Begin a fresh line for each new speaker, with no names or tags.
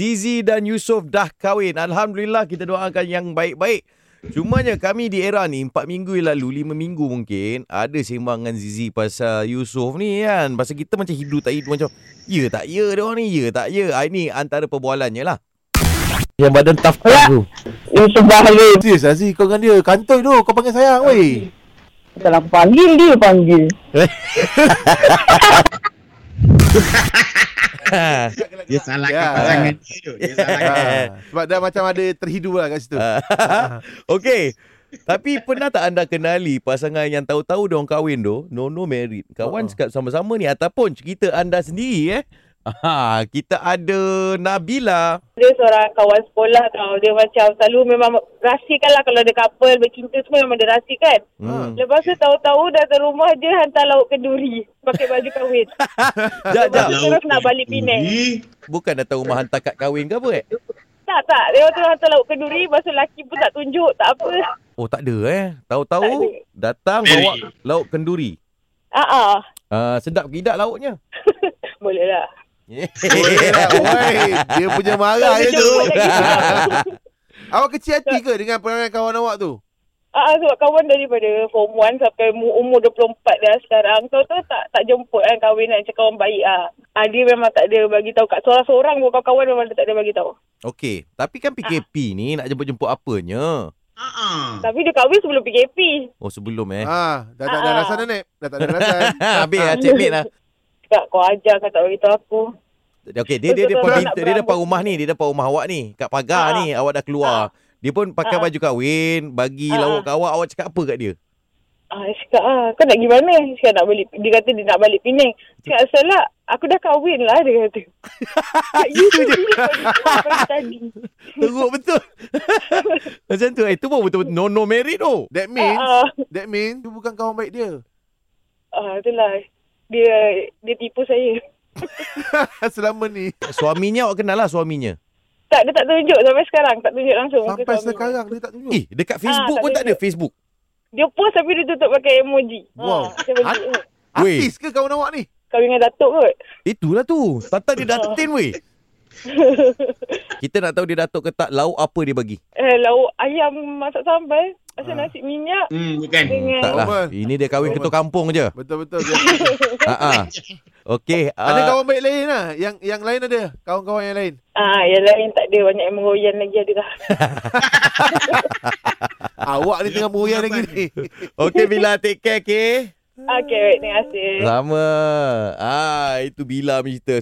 Zizi dan Yusof dah kahwin. Alhamdulillah kita doakan yang baik-baik. Cumanya kami di era ni 4 minggu yang lalu 5 minggu mungkin ada sembang dengan Zizi pasal Yusof ni kan. Pasal kita macam hidu tak hidu macam ya tak ya dia orang ni ya tak ya. Ah, Ini antara perbualannya lah.
Yang badan tough
Alah.
tu
Yusuf Bahlil
Serius Aziz kau dengan dia Kantoi tu Kau panggil sayang weh
Salah panggil dia panggil
Dia salahkan
Ya.
pasangan dia tu. Dia salahkan.
ha, Sebab dah macam ada terhidu lah kat situ
Okey. Tapi pernah tak anda kenali pasangan yang tahu-tahu dia orang kahwin tu, no no married. Kawan
Ha.
cakap sama-sama ni ataupun cerita anda sendiri eh. Ah, kita ada Nabila.
Dia seorang kawan sekolah tau Dia macam selalu memang Rahsikan lah Kalau ada couple Bercinta semua memang dia rahsikan
Hmm.
Lepas tu tahu-tahu Datang rumah dia Hantar lauk kenduri Pakai baju kahwin
Jap, jap.
Dia terus nak balik Penang.
Ih,
Bukan datang rumah hantar kad kahwin ke apa eh?
Tak tak Dia tu hantar lauk kenduri Lepas tu lelaki pun tak tunjuk Tak apa
Oh, tak ada eh.
Tak ada.
Tahu-tahu datang bawa
Married.
lauk kenduri.
Ah ah
Ah, sedap ke tidak lauknya?
Boleh lah
Boleh lah, weh. Dia punya marah je ya tu
Jumpa lagi.
Awak kecil hati ke Dengan perangai kawan awak tu
Ah, ah, sebab kawan daripada form 1 sampai mu- umur 24 dah sekarang. So tu tak tak jemput kan kahwin kan. Macam kawan baik ah. ah dia memang tak ada bagi tahu kat seorang-seorang pun kawan-kawan memang dia tak ada bagi tahu.
Okey, tapi kan PKP ni nak jemput-jemput apanya?
ah-ah.
Tapi dia kahwin sebelum PKP.
Oh, sebelum eh.
ha, Dah tak ada
Ah.
rasa dah Nep Dah tak ada rasa
Habis lah, cekmate lah.
Kak kau ajar kau tak bagi tahu aku.
Okey, dia dia dia,
Betul-betul
dia,
nak
dia, dia depan
berambut.
rumah ni, dia depan rumah awak ni, kat pagar
Ah.
ni, awak dah keluar. Dia pun pakai
Ah.
baju kahwin, bagi
Ah.
lauk kat awak, awak cakap apa kat dia?
Ah, dia cakap, ah, kau nak pergi mana? Dia Cakap nak balik. Dia kata dia nak balik Penang. Cakap, asal lah. Aku dah kahwin lah, dia kata. Cakap, you tu bila kau nikah dari tadi. Ah,
Teruk betul. Macam tu, eh, tu pun betul-betul no no merit oh. tu.
That means
Ah, ah.
That means Tu bukan kawan baik dia
ah, itulah. Dia, dia tipu saya.
Selama ni
Suaminya awak kenal lah suaminya.
Tak, dia tak tunjuk sampai sekarang. Tak tunjuk langsung. muka
Sampai
suami.
sekarang Dia tak tunjuk
Eh, dekat Facebook
Ah, tak
pun tak ada
tunjuk.
Facebook.
Dia post tapi dia tutup pakai emoji.
Wow.
Ha, macam bentuk
Hat-
tu.
Weh,
Artis ke kawan awak ni
Kahwin dengan Datuk kot.
itulah tu. Tata dia
Ah.
datin weh. Kita nak tahu dia datuk ke tak, lauk apa dia bagi.
Eh, lauk ayam masak sambal. Asal
Ah.
nasi minyak.
Hmm, bukan.
Dengan...
Tak lah.
Normal.
Ini dia kahwin ketua kampung je.
Betul-betul dia-
Ha ah. Okey,
Ada
ah,
kawan baik lain lah Yang yang lain ada Kawan-kawan yang lain
Ah, yang lain tak ada. Banyak yang mengoyan lagi ada lah.
Awak ni tengah muria lagi ni
okey Bila take care, okey.
okay, baik. Terima kasih.
Sama. Ah, itu Bila punya cerita.